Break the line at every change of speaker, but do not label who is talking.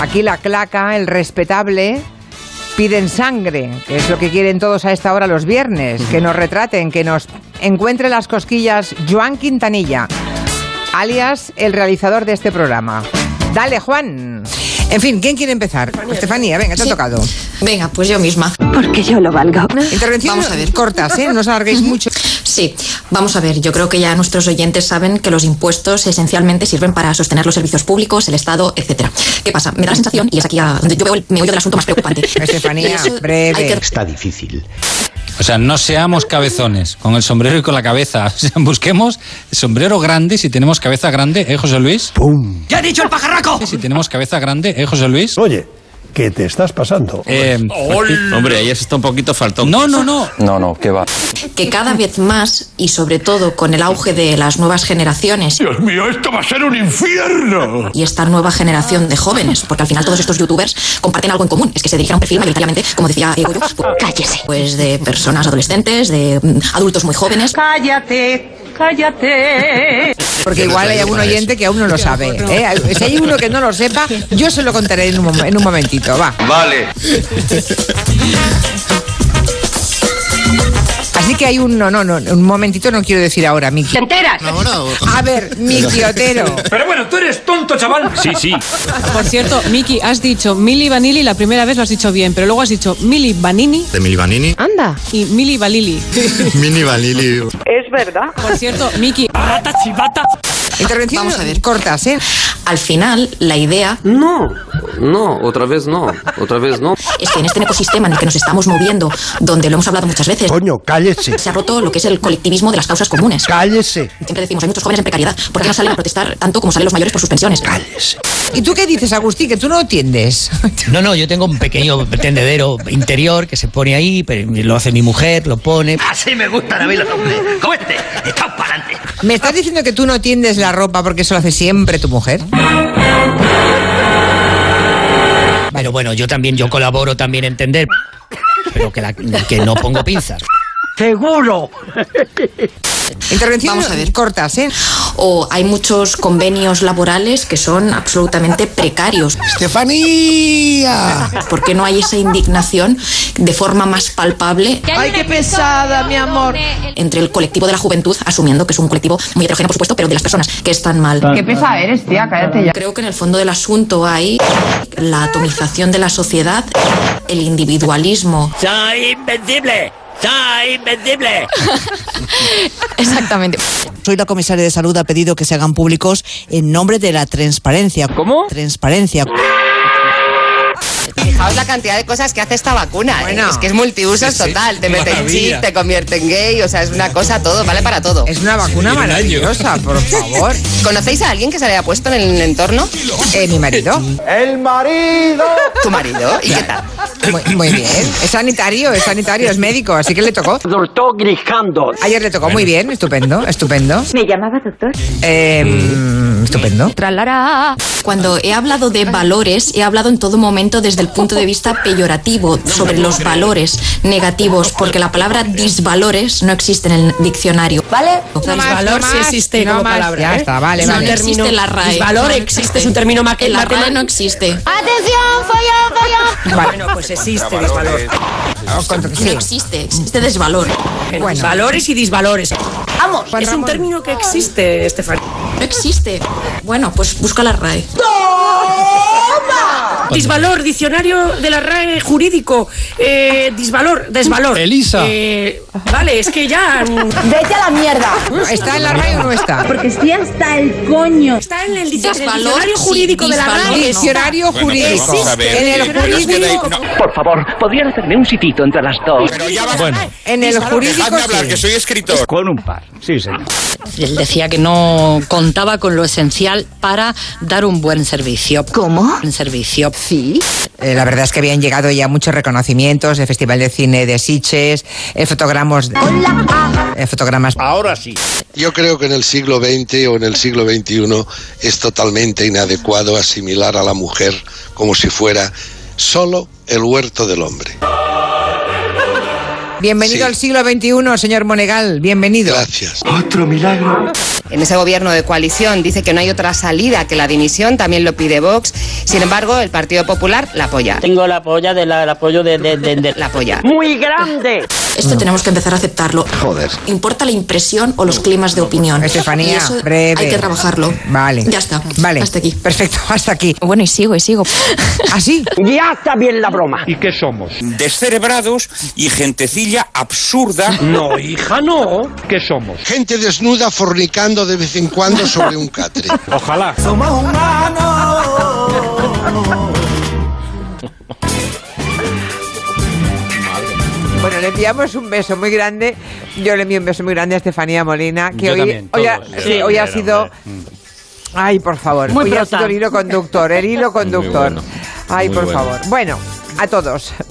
Aquí la claca, el respetable, piden sangre, que es lo que quieren todos a esta hora los viernes, que nos retraten, que nos encuentre las cosquillas Joan Quintanilla, alias el realizador de este programa. Dale, Juan. En fin, ¿quién quiere empezar? Estefanía, venga, te ha
Sí.
tocado.
Venga, pues yo misma.
Porque yo lo valgo.
Intervenciones
Vamos a ver.
cortas, ¿eh? No os alarguéis mucho.
Sí, vamos a ver, yo creo que ya nuestros oyentes saben que los impuestos esencialmente sirven para sostener los servicios públicos, el Estado, etcétera. ¿Qué pasa? Me da la sensación, y es aquí a donde yo veo el meollo del asunto más preocupante.
Estefanía,
Eso hay
breve.
que-
Está difícil.
O sea, no seamos cabezones, con el sombrero y con la cabeza. O sea, busquemos sombrero grande si tenemos cabeza grande, ¿eh, José Luis?
¡Pum!
¡Ya ha dicho el pajarraco!
Si tenemos cabeza grande, ¿eh, José Luis?
Oye, que te estás pasando.
Eh,
Oh, Hombre, ayer se está un poquito faltón.
no, no, no.
No, no, que va.
que cada vez más, y sobre todo con el auge de las nuevas generaciones
Dios mío, esto va a ser un infierno.
y esta nueva generación de jóvenes, porque al final todos estos youtubers comparten algo en común, es que se dirigen a un perfil mayoritariamente, como decía eh, Goyo, pues,
Cállese.
pues de personas adolescentes, de mm, adultos muy jóvenes.
Cállate, cállate.
Porque
Yo no
igual hay
traigo
algún
para
oyente
eso.
que aún no lo sabe. ¿eh? Si hay uno que no lo sepa, yo se lo contaré en un, mom- en un momentito. Va.
Vale.
Así que hay un no, no, no, un momentito no quiero decir ahora, Miki.
¿Te enteras?
A ver, Miki Otero.
Pero bueno, tú eres tonto, chaval. Sí, sí.
Por cierto, Miki, has dicho Mili Vanilli la primera vez lo has dicho bien, pero luego has dicho Mili Vanini
De Mili Vanini.
Ah.
Anda.
y Mili Balili.
Mini Vanilli.
Es verdad.
Por cierto, Miki,
Barata chivata.
Intervenciones
Vamos a ver.
cortas, ¿eh?
Al final, la idea
No, no, otra vez no, otra vez no.
es que en este ecosistema en el que nos estamos moviendo, donde lo hemos hablado muchas veces,
Coño, cállese.
se ha roto lo que es el colectivismo de las causas comunes.
Cállese.
Siempre decimos, hay muchos jóvenes en precariedad, ¿por qué no salen a protestar tanto como salen los mayores por sus pensiones?
¿Y tú qué dices, Agustín? Que tú no atiendes.
No, no, yo tengo un pequeño tendedero interior que se pone ahí, pero lo hace mi mujer, lo pone.
Así me gustan a mí los hombres. Como este, echad para adelante.
¿Me estás diciendo que tú no tiendes la ropa porque eso lo hace siempre tu mujer?
Pero bueno, yo también, yo colaboro también en tender, pero que, la- que no pongo pinzas.
Seguro.
Intervenciones
Vamos a ver.
cortas, ¿eh?
O hay muchos convenios laborales que son absolutamente precarios.
¡Estefanía!
¿Por qué no hay esa indignación de forma más palpable
Ay, qué pesada, mi amor.
entre el colectivo de la juventud, asumiendo que es un colectivo muy heterogéneo, por supuesto, pero de las personas que están mal?
Qué pesada eres, tía, cállate ya.
Creo que en el fondo del asunto hay la atomización de la sociedad, el individualismo.
Soy invencible. Soy invencible.
Exactamente.
Soy la comisaria de salud, ha pedido que se hagan públicos en nombre de la transparencia.
¿Cómo?
Transparencia.
Fijaos la cantidad de cosas que hace esta vacuna. ¿eh?
Bueno.
Es que es multiusos
Sí, sí.
total. Te mete en
Maravilla.
chip, te convierte en gay. O sea, es una cosa todo, vale para todo.
Es una vacuna
mira, un año.
maravillosa, por favor.
¿Conocéis a alguien que se le haya puesto en el entorno?
Eh, mi marido.
Tu marido. ¿Y qué tal?
Muy, muy bien. Es sanitario, es sanitario, es médico, así que le tocó.
Doctor grisando.
Ayer le tocó muy bien, estupendo, estupendo.
¿Me llamaba doctor?
Eh, mm, estupendo.
Tralará.
Cuando he hablado de valores, he hablado en todo momento desde el punto de vista peyorativo sobre los valores negativos, porque la palabra disvalores no existe en el diccionario.
¿Vale?
No más,
Valor sí existe como palabra.
¿eh?
Ya está, vale,
No, no
vale.
existe la RAE.
disvalor
No
existe, es un término ma-
En la Ah, RAE
matemático.
no existe.
¡Atención, follón, follón!
Vale,
pues existe disvalor.
os cuento que
No
sí.
existe, existe desvalor.
Bueno.
Valores y disvalores.
Vamos.
Juan Ramón.
término que existe, Estefanía.
No existe. Bueno, pues busca la RAE.
Disvalor, diccionario de la RAE jurídico. eh, disvalor, desvalor.
Elisa.
Eh, vale, es que ya mm,
¡Vete a la mierda!
¿Está en la RAE o no está?
Porque estoy hasta el coño.
está en el dic- en el
Desvalor,
diccionario
sí,
jurídico de la
disvalor,
RAE.
no.
Diccionario
Bueno, pero
jurídico.
vamos a ver,
En el
eh, pero es que de ahí-
jurídico.
no.
Por favor, ¿podrían hacerme un sitito entre las dos?
Bueno,
En el jurídico.
Dejadme hablar,
sí.
que soy escritor.
Con un par, sí, señor.
Él decía que no contaba con lo esencial para dar un buen servicio.
¿Cómo?
Un servicio.
Sí.
Eh, la verdad es que habían llegado ya muchos reconocimientos, el Festival de Cine de Siches, eh, fotogramos, eh, fotogramas.
Ah,
Ahora sí.
Yo creo que en el siglo XX o en el siglo XXI es totalmente inadecuado asimilar a la mujer como si fuera solo el huerto del hombre.
Bienvenido
sí.
al siglo XXI, señor Monegal, bienvenido.
Gracias.
Otro milagro.
en ese gobierno de coalición dice que no hay otra salida que la dimisión, también lo pide Vox. Sin embargo, el Partido Popular la apoya.
Tengo la polla del apoyo de, de, de, de-
la polla.
Muy grande.
Esto tenemos que empezar a aceptarlo. Joder. Importa la impresión o los climas de opinión.
Estefanía,
Y eso
breve.
Hay que trabajarlo.
Vale.
Ya está.
Vale.
Hasta aquí.
Perfecto, hasta aquí.
Bueno, y sigo, y sigo.
¿Así?
Ya está bien la broma.
¿Y qué somos?
Descerebrados y gentecilla absurda.
No, hija, no. ¿Qué somos?
Gente desnuda fornicando de vez en cuando sobre un catre.
Ojalá.
Bueno, le enviamos un beso muy grande. Yo le envío un beso muy grande a Estefanía Molina, que
Yo
hoy,
también,
hoy ha,
todos. Mm.
sí,
Yo
hoy
también,
ha sido. Ay, por favor.
Muy
hoy ha
prota.
sido el hilo conductor, el hilo conductor.
bueno.
Ay,
Muy
por
bueno.
favor. Bueno, a todos.